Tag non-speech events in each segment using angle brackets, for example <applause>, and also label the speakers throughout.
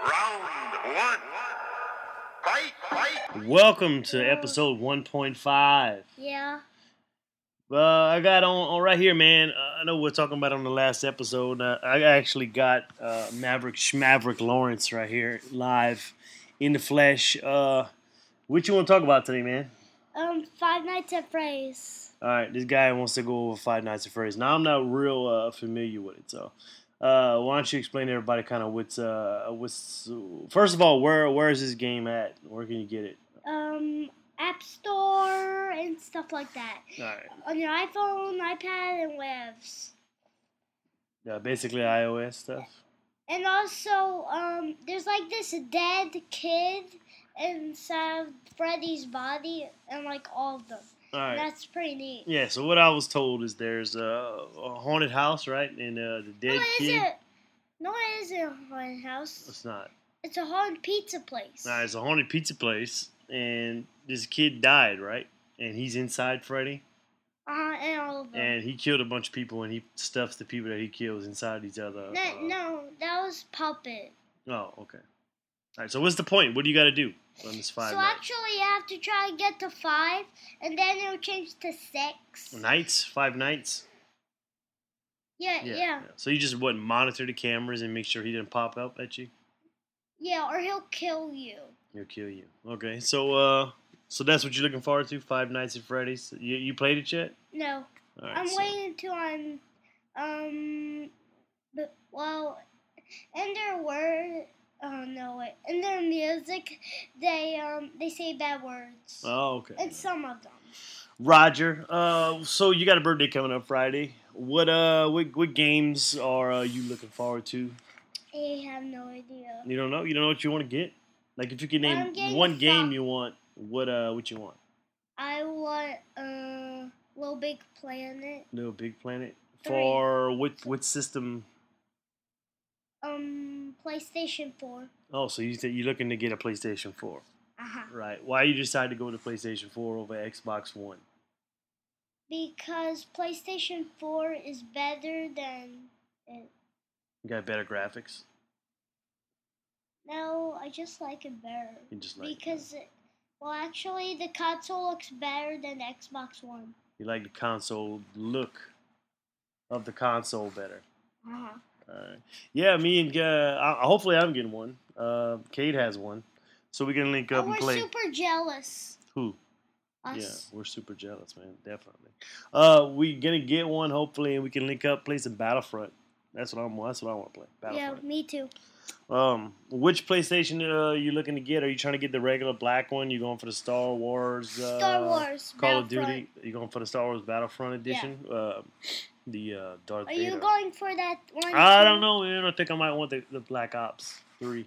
Speaker 1: Round one. Fight, fight.
Speaker 2: Welcome to episode 1.5.
Speaker 3: Yeah.
Speaker 2: Uh, I got on, on right here, man. Uh, I know we we're talking about on the last episode. Uh, I actually got uh, Maverick Schmaverick Lawrence right here live in the flesh. Uh, what you want to talk about today, man?
Speaker 3: Um, Five Nights at Freddy's.
Speaker 2: All right, this guy wants to go over Five Nights at Freddy's. Now I'm not real uh, familiar with it, so uh, why don't you explain to everybody kind of what's uh, what's first of all where where is this game at? Where can you get it?
Speaker 3: Um, App Store and stuff like that.
Speaker 2: All right,
Speaker 3: On your iPhone, iPad, and webs.
Speaker 2: uh, basically iOS stuff.
Speaker 3: And also, um, there's like this dead kid inside Freddy's body and like all of them.
Speaker 2: All right.
Speaker 3: That's pretty neat.
Speaker 2: Yeah, so what I was told is there's a, a haunted house, right? And uh, the dead
Speaker 3: no, it
Speaker 2: kid.
Speaker 3: isn't. No, it isn't a haunted house.
Speaker 2: It's not.
Speaker 3: It's a haunted pizza place.
Speaker 2: Nah, it's a haunted pizza place, and this kid died, right? And he's inside Freddy,
Speaker 3: Uh-huh, and all of them.
Speaker 2: and he killed a bunch of people, and he stuffs the people that he kills inside each other.
Speaker 3: no, no, that was Puppet.
Speaker 2: no. Oh, okay. All right. So what's the point? What do you got to do on this five
Speaker 3: so
Speaker 2: nights?
Speaker 3: actually, you have to try to get to five, and then it'll change to six.
Speaker 2: nights? Five nights.
Speaker 3: Yeah, yeah, yeah,
Speaker 2: So you just what monitor the cameras and make sure he didn't pop up at you.
Speaker 3: Or he'll kill you.
Speaker 2: He'll kill you. Okay. So uh, so that's what you're looking forward to? Five Nights at Freddy's. You you played it yet?
Speaker 3: No,
Speaker 2: All right,
Speaker 3: I'm
Speaker 2: so-
Speaker 3: waiting until I'm, um, but, well, in their word, oh no, wait, in their music, they um they say bad words,
Speaker 2: Oh, okay.
Speaker 3: and some of them.
Speaker 2: Roger, uh, so you got a birthday coming up Friday. What uh, what, what games are uh, you looking forward to?
Speaker 3: I have no idea.
Speaker 2: You don't know. You don't know what you want to get. Like if you could
Speaker 3: I'm
Speaker 2: name
Speaker 3: getting
Speaker 2: one game
Speaker 3: some-
Speaker 2: you want, what uh, what you want?
Speaker 3: I want uh, Little Big Planet,
Speaker 2: Little Big Planet
Speaker 3: Three.
Speaker 2: for what what system?
Speaker 3: um, PlayStation Four.
Speaker 2: Oh, so you said you're looking to get a PlayStation Four,
Speaker 3: Uh huh.
Speaker 2: right? Why you decide to go to PlayStation Four over Xbox One?
Speaker 3: Because PlayStation 4 is better than it.
Speaker 2: You got better graphics.
Speaker 3: No, I just like it better.
Speaker 2: You just like it
Speaker 3: because, it, well, actually, the console looks better than Xbox One.
Speaker 2: You like the console look of the console better.
Speaker 3: Uh-huh.
Speaker 2: Alright. Yeah, me and uh, I, hopefully I'm getting one. Uh, Cade has one, so we can link up
Speaker 3: But Oh, we're
Speaker 2: and play.
Speaker 3: super jealous.
Speaker 2: Who?
Speaker 3: Us.
Speaker 2: Yeah, we're super jealous, man. Definitely. Uh, we gonna get one hopefully, and we can link up, play some Battlefront. That's what I'm. That's what I want to play.
Speaker 3: Yeah,
Speaker 2: Battlefront.
Speaker 3: me too.
Speaker 2: Um, which PlayStation uh, you looking to get? Are you trying to get the regular black one? You going for the Star Wars? Uh,
Speaker 3: Star Wars.
Speaker 2: Call of Duty.
Speaker 3: Battlefront.
Speaker 2: You going for the Star Wars Battlefront edition? Uh, the uh, Darth
Speaker 3: Are
Speaker 2: Vader.
Speaker 3: you going for that one?
Speaker 2: I
Speaker 3: too?
Speaker 2: don't know, man. I think I might want the, the Black Ops three.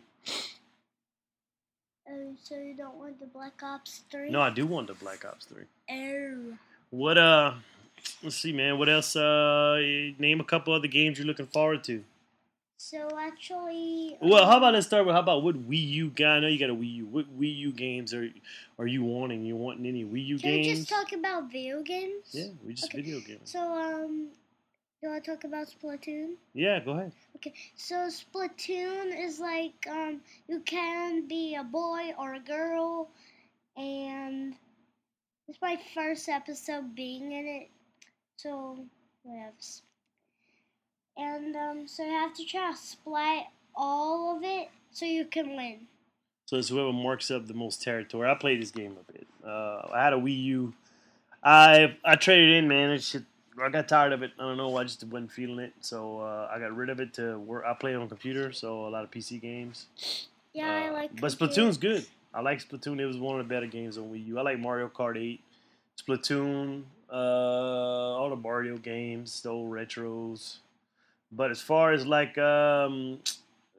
Speaker 3: Oh, so you don't want the Black Ops 3?
Speaker 2: No, I do want the Black Ops three.
Speaker 3: Oh.
Speaker 2: What uh? Let's see, man. What else? Uh, name a couple other games you're looking forward to.
Speaker 3: So, actually.
Speaker 2: Well,
Speaker 3: um,
Speaker 2: how about let's start with how about what Wii U guy? I know you got a Wii U. What Wii U games are are you wanting? You wanting any Wii U
Speaker 3: Can we
Speaker 2: games?
Speaker 3: just talk about video games?
Speaker 2: yeah, we just
Speaker 3: Okay.
Speaker 2: video games.
Speaker 3: So, um, do I talk about Splatoon?
Speaker 2: Yeah, go ahead.
Speaker 3: Okay, so Splatoon is like, um, you can be a boy or a girl, and it's my first episode being in it, so whatevs. And, um, so you have to try to splat all of it so you can win.
Speaker 2: So it's whoever marks up the most territory. I played this game a bit. Uh, I had a Wii U. I I traded in, man. It shit. I got tired of it. I don't know. I just wasn't feeling it, so uh, I got rid of it. To work, I play on computer, so a lot of PC games.
Speaker 3: Yeah, I
Speaker 2: Uh,
Speaker 3: like.
Speaker 2: But
Speaker 3: computer-
Speaker 2: Splatoon's good. I like Splatoon. It was one of the better games on Wii U. I like Mario Kart 8, Splatoon, uh, all the Mario games, the old retros. But as far as like, um,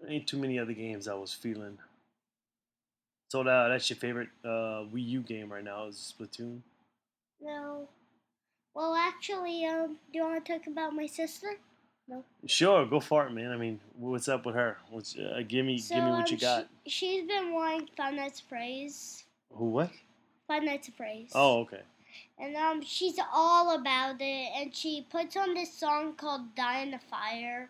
Speaker 2: ain't too many other games I was feeling. So now that's your favorite uh, Wii U game right now is Splatoon.
Speaker 3: No. Well, actually, um, do you want to talk about my sister?
Speaker 2: Sure, go for it, man. I mean, what's up with her? What's, uh, give me, give me
Speaker 3: um,
Speaker 2: what you got.
Speaker 3: She, she's been wanting Five Nights at Freddy's.
Speaker 2: Who? What?
Speaker 3: Five Nights at Freddy's.
Speaker 2: Oh, okay.
Speaker 3: And um, she's all about it, and she puts on this song called "Die in the Fire,"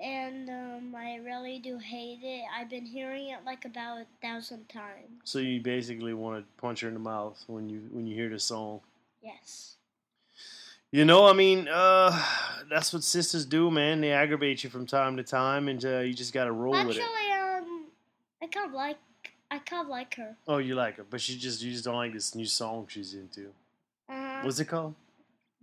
Speaker 3: and um, I really do hate it. I've been hearing it like about a thousand times.
Speaker 2: So you basically want to punch her in the mouth when you when you hear the song.
Speaker 3: Yes.
Speaker 2: You know, I mean, uh, that's what sisters do, man. They aggravate you from time to time, and uh, you just gotta roll with
Speaker 3: Actually,
Speaker 2: it.
Speaker 3: um, I kind of like I kind of like her.
Speaker 2: Oh, you like her, but she just you just don't like this new song she's into.
Speaker 3: Uh,
Speaker 2: What's it called?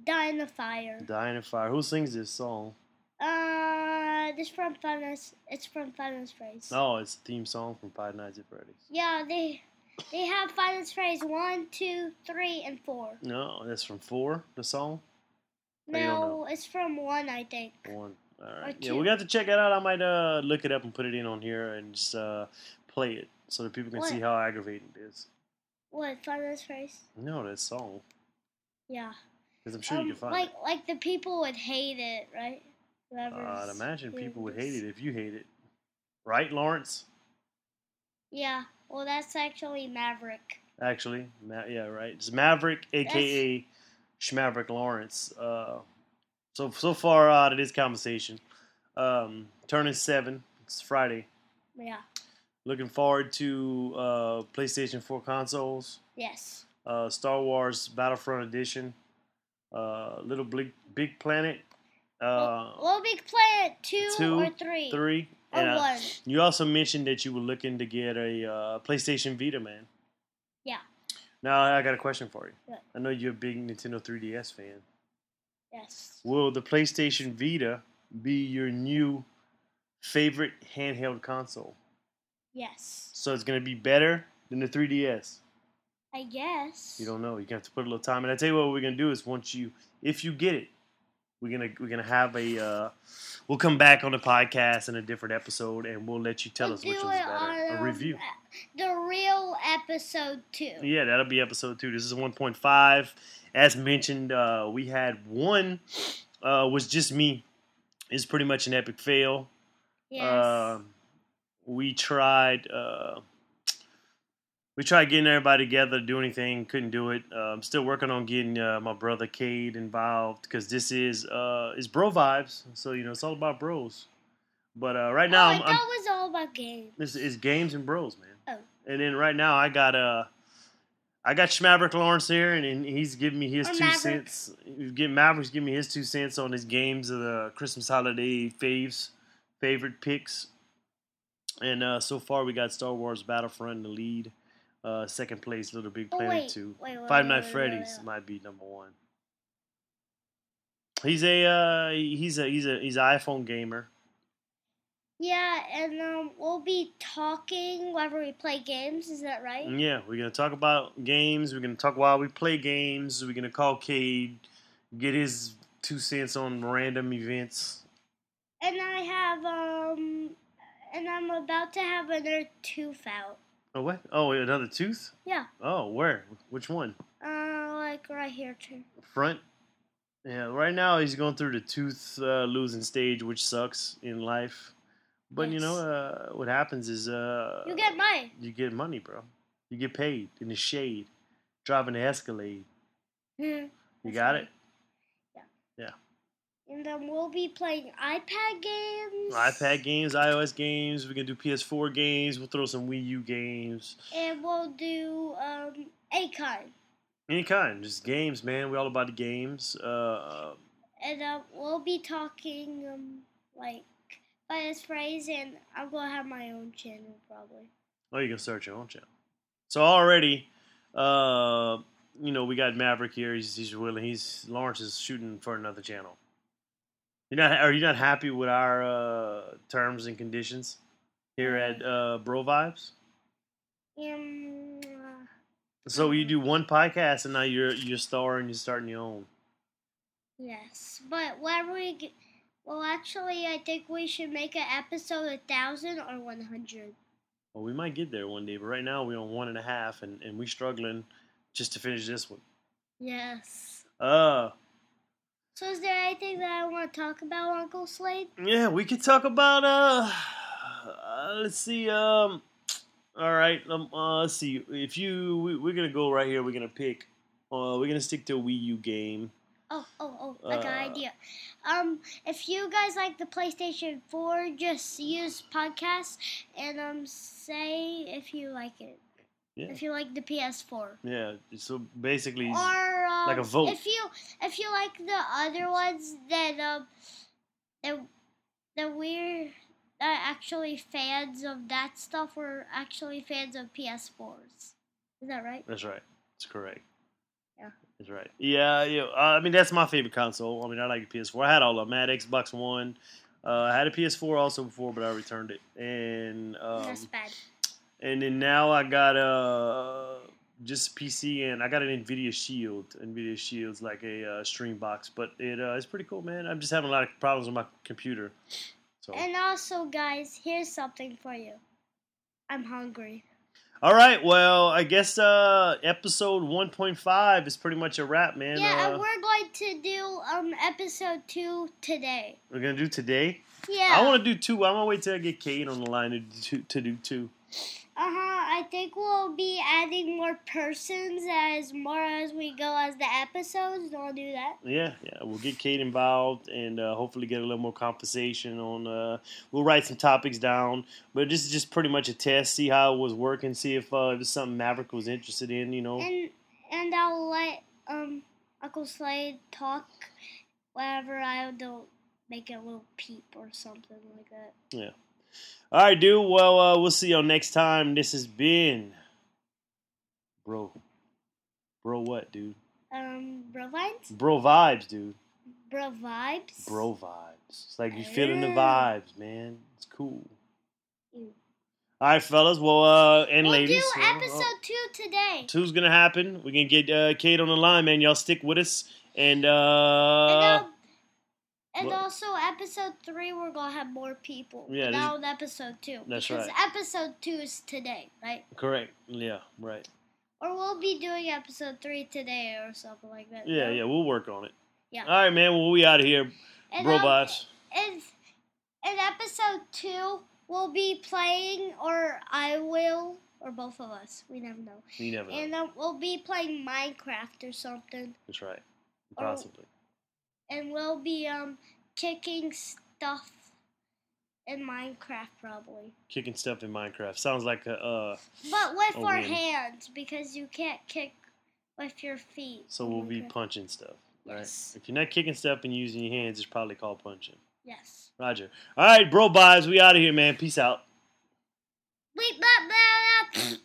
Speaker 3: Die in the Fire.
Speaker 2: Dying in Fire. Who sings this song?
Speaker 3: Uh, this from Five Nights. It's from Five Nights Phrase.
Speaker 2: Oh, it's a theme song from Five Nights at Freddy's.
Speaker 3: Yeah, they they have Five Nights Phrase one, two, three, and four.
Speaker 2: No, that's from Four. The song I don't
Speaker 3: No, it's from one, I think.
Speaker 2: one. All right. Yeah,
Speaker 3: two.
Speaker 2: we got to check it out. I might uh look it up and put it in on here and just uh play it so that people can see
Speaker 3: What?
Speaker 2: how aggravating it is.
Speaker 3: What Five Nights Phrase?
Speaker 2: No, that song
Speaker 3: Yeah.
Speaker 2: because I'm sure
Speaker 3: Um,
Speaker 2: you can find
Speaker 3: like
Speaker 2: it.
Speaker 3: like the people would hate it, right?
Speaker 2: I'd
Speaker 3: Whoever's
Speaker 2: imagine
Speaker 3: doing
Speaker 2: people would
Speaker 3: this.
Speaker 2: hate it if you hate it, right, Lawrence?
Speaker 3: Yeah. Well, that's actually Maverick.
Speaker 2: Actually, Ma- yeah, right. It's Maverick, aka Schmaverick Lawrence. Uh, so so far out of this conversation, um, turning seven. It's Friday.
Speaker 3: Yeah.
Speaker 2: Looking forward to uh, PlayStation Four consoles,
Speaker 3: Yes.
Speaker 2: uh, Star Wars Battlefront Edition, uh, Little Big Big Planet uh,
Speaker 3: Little Big Planet two,
Speaker 2: two,
Speaker 3: or three
Speaker 2: Three.
Speaker 3: or
Speaker 2: And, uh,
Speaker 3: one.
Speaker 2: You also mentioned that you were looking to get a uh, PlayStation Vita, man.
Speaker 3: Yeah.
Speaker 2: Now I got a question for you.
Speaker 3: What?
Speaker 2: I know you're a big Nintendo 3DS fan.
Speaker 3: Yes.
Speaker 2: Will the PlayStation Vita be your new favorite handheld console?
Speaker 3: Yes.
Speaker 2: So it's gonna be better than the 3DS.
Speaker 3: I guess.
Speaker 2: You don't know. You're gonna have to put a little time. And I tell you what, we're gonna do is once you, if you get it, we're gonna we're gonna have a. Uh, we'll come back on the podcast in a different episode, and we'll let you tell
Speaker 3: We'll
Speaker 2: us which
Speaker 3: do
Speaker 2: one's
Speaker 3: it
Speaker 2: better.
Speaker 3: on,
Speaker 2: a
Speaker 3: um,
Speaker 2: review.
Speaker 3: The real episode two.
Speaker 2: Yeah, that'll be episode two. This is 1.5. As mentioned, uh, we had one, uh, was just me. It's pretty much an epic fail.
Speaker 3: Yes.
Speaker 2: Um, we tried. Uh, we tried getting everybody together to do anything. Couldn't do it. Uh, I'm still working on getting uh, my brother Cade involved because this is uh, it's bro vibes. So you know it's all about bros. But uh, right now
Speaker 3: oh, I
Speaker 2: I'm,
Speaker 3: thought
Speaker 2: I'm
Speaker 3: it was all about games.
Speaker 2: this is games and bros, man.
Speaker 3: Oh.
Speaker 2: And then right now I got uh I got Schmaverick Lawrence here and, and he's giving me his
Speaker 3: Or
Speaker 2: two
Speaker 3: Maverick.
Speaker 2: cents. He's giving Maverick's giving me his two cents on his games of the Christmas holiday faves, favorite picks. And uh so far we got Star Wars Battlefront in the lead. Uh second place Little Big
Speaker 3: Oh,
Speaker 2: Planet
Speaker 3: wait,
Speaker 2: two.
Speaker 3: wait, wait,
Speaker 2: Five
Speaker 3: wait,
Speaker 2: Night
Speaker 3: wait, wait,
Speaker 2: Freddy's
Speaker 3: wait.
Speaker 2: might be number one. He's a uh, he's a he's a he's an iPhone gamer.
Speaker 3: Yeah, and um, we'll be talking whenever we play games. Is that right?
Speaker 2: Yeah, we're gonna talk about games. We're gonna talk while we play games. We're gonna call Cade, get his two cents on random events.
Speaker 3: And I have um, and I'm about to have another tooth out.
Speaker 2: Oh what? Oh, another tooth?
Speaker 3: Yeah.
Speaker 2: Oh, where? Which one?
Speaker 3: Uh, like right here too.
Speaker 2: Front. Yeah. Right now he's going through the tooth uh, losing stage, which sucks in life. But you
Speaker 3: Yes.
Speaker 2: know uh, what happens is uh,
Speaker 3: You get mine. <laughs>
Speaker 2: you get money, bro. You get paid in the shade, driving the Escalade. You
Speaker 3: That's
Speaker 2: got
Speaker 3: right.
Speaker 2: it.
Speaker 3: And then we'll be playing iPad games.
Speaker 2: iPad games, iOS games. We can do PS4 games. We'll throw some Wii U games,
Speaker 3: And we'll do um, Akon.
Speaker 2: any kind, just games, man. We're all about the games. Uh,
Speaker 3: And um, we'll be talking um, like by this phrase, and I'm gonna have my own channel probably.
Speaker 2: oh, you can start your own channel. So already, uh, you know, we got Maverick here. He's, he's willing. He's Lawrence is shooting for another channel. You're not? Are you not happy with our uh, terms and conditions here at uh, Bro Vibes?
Speaker 3: Um, uh,
Speaker 2: So you do one podcast, and now you're you're starring. You're starting your own.
Speaker 3: yes, but whenever we get, well, actually, I think we should make an episode a thousand or one hundred.
Speaker 2: Well, we might get there one day, but right now we're on one and a half, and, and we're struggling just to finish this one.
Speaker 3: Yes.
Speaker 2: Uh,
Speaker 3: So, is there anything that I want to talk about, Uncle Slade?
Speaker 2: yeah, we could talk about uh, uh let's see, um, all right, um, uh, let's see. If you, we, we're gonna go right here. We're gonna pick. Uh, we're gonna stick to a Wii U game.
Speaker 3: Oh, oh, oh, I got an
Speaker 2: Uh,
Speaker 3: idea. Um, if you guys like the PlayStation 4, just use podcasts and um say if you like it.
Speaker 2: Yeah.
Speaker 3: If you like the PS4.
Speaker 2: Yeah. So basically,
Speaker 3: Or um,
Speaker 2: Like a vote.
Speaker 3: if you if you like the other ones that um that that we're that actually fans of that stuff we're actually fans of PS4s. Is that right?
Speaker 2: that's right. It's correct.
Speaker 3: Yeah.
Speaker 2: That's right. Yeah. Yeah. Uh, I mean, that's my favorite console. I mean, I like the PS4. I had all of them. I had Xbox One. Uh, I had a PS4 also before, but I returned it. And um,
Speaker 3: That's bad.
Speaker 2: and then now I got uh just PC and I got an Nvidia Shield. Nvidia Shield's like a uh, stream box, but it uh, it's pretty cool, man. I'm just having a lot of problems with my computer. So
Speaker 3: And also, guys, here's something for you. I'm hungry.
Speaker 2: all right, well I guess uh episode 1.5 is pretty much a wrap, man.
Speaker 3: yeah, and
Speaker 2: uh,
Speaker 3: we're going to do um episode two today.
Speaker 2: we're gonna do today.
Speaker 3: Yeah.
Speaker 2: I want to do two. I'm gonna wait till I get Kate on the line to do, to do two.
Speaker 3: Uh huh. I think we'll be adding more persons as more as we go as the episodes. Don't do that.
Speaker 2: Yeah, yeah. We'll get Kate involved and uh, hopefully get a little more conversation on. Uh, we'll write some topics down, but this is just pretty much a test. See how it was working. See if uh, it was something Maverick was interested in. You know.
Speaker 3: And and I'll let um Uncle Slade talk whenever I don't make a little peep or something like that.
Speaker 2: All right, dude. Well, uh, we'll see y'all next time. This has been, bro. Bro, what, dude?
Speaker 3: Um, bro vibes.
Speaker 2: Bro vibes, dude.
Speaker 3: Bro vibes.
Speaker 2: Bro vibes. It's like you feeling the
Speaker 3: Yeah.
Speaker 2: vibes, man. It's cool.
Speaker 3: Mm.
Speaker 2: All right, fellas. Well, uh, and
Speaker 3: We'll
Speaker 2: ladies.
Speaker 3: do
Speaker 2: well,
Speaker 3: episode
Speaker 2: uh,
Speaker 3: two today.
Speaker 2: two's gonna happen. We're gonna get uh, Kate on the line, man. Y'all stick with us. And uh,
Speaker 3: and um, and
Speaker 2: what?
Speaker 3: also episode three, we're gonna have more people.
Speaker 2: Yeah, this-
Speaker 3: Now in episode two.
Speaker 2: That's
Speaker 3: because
Speaker 2: right.
Speaker 3: Episode two is today, right?
Speaker 2: correct. Yeah, right.
Speaker 3: Or we'll be doing episode three today or something like that.
Speaker 2: Yeah,
Speaker 3: no?
Speaker 2: yeah. We'll work on it.
Speaker 3: um, Yeah.
Speaker 2: All right, man. Well, we out of here,
Speaker 3: And, um,
Speaker 2: robots.
Speaker 3: and in episode two, we'll be playing, or I will, or both of us. We never know.
Speaker 2: you never know.
Speaker 3: And um, we'll be playing Minecraft or something.
Speaker 2: That's right.
Speaker 3: or-
Speaker 2: Possibly.
Speaker 3: and we'll be um kicking stuff in Minecraft probably.
Speaker 2: Kicking stuff in Minecraft sounds like a. Uh,
Speaker 3: But with
Speaker 2: Oh,
Speaker 3: our
Speaker 2: really?
Speaker 3: hands because you can't kick with your feet.
Speaker 2: so
Speaker 3: in
Speaker 2: we'll be
Speaker 3: Minecraft.
Speaker 2: punching stuff. Right?
Speaker 3: Yes.
Speaker 2: If you're not kicking stuff and using your hands, it's probably called punching.
Speaker 3: Yes.
Speaker 2: Roger. All right, bro, vibes. We out of here, man. Peace out.
Speaker 3: Bleep, blah, blah, blah.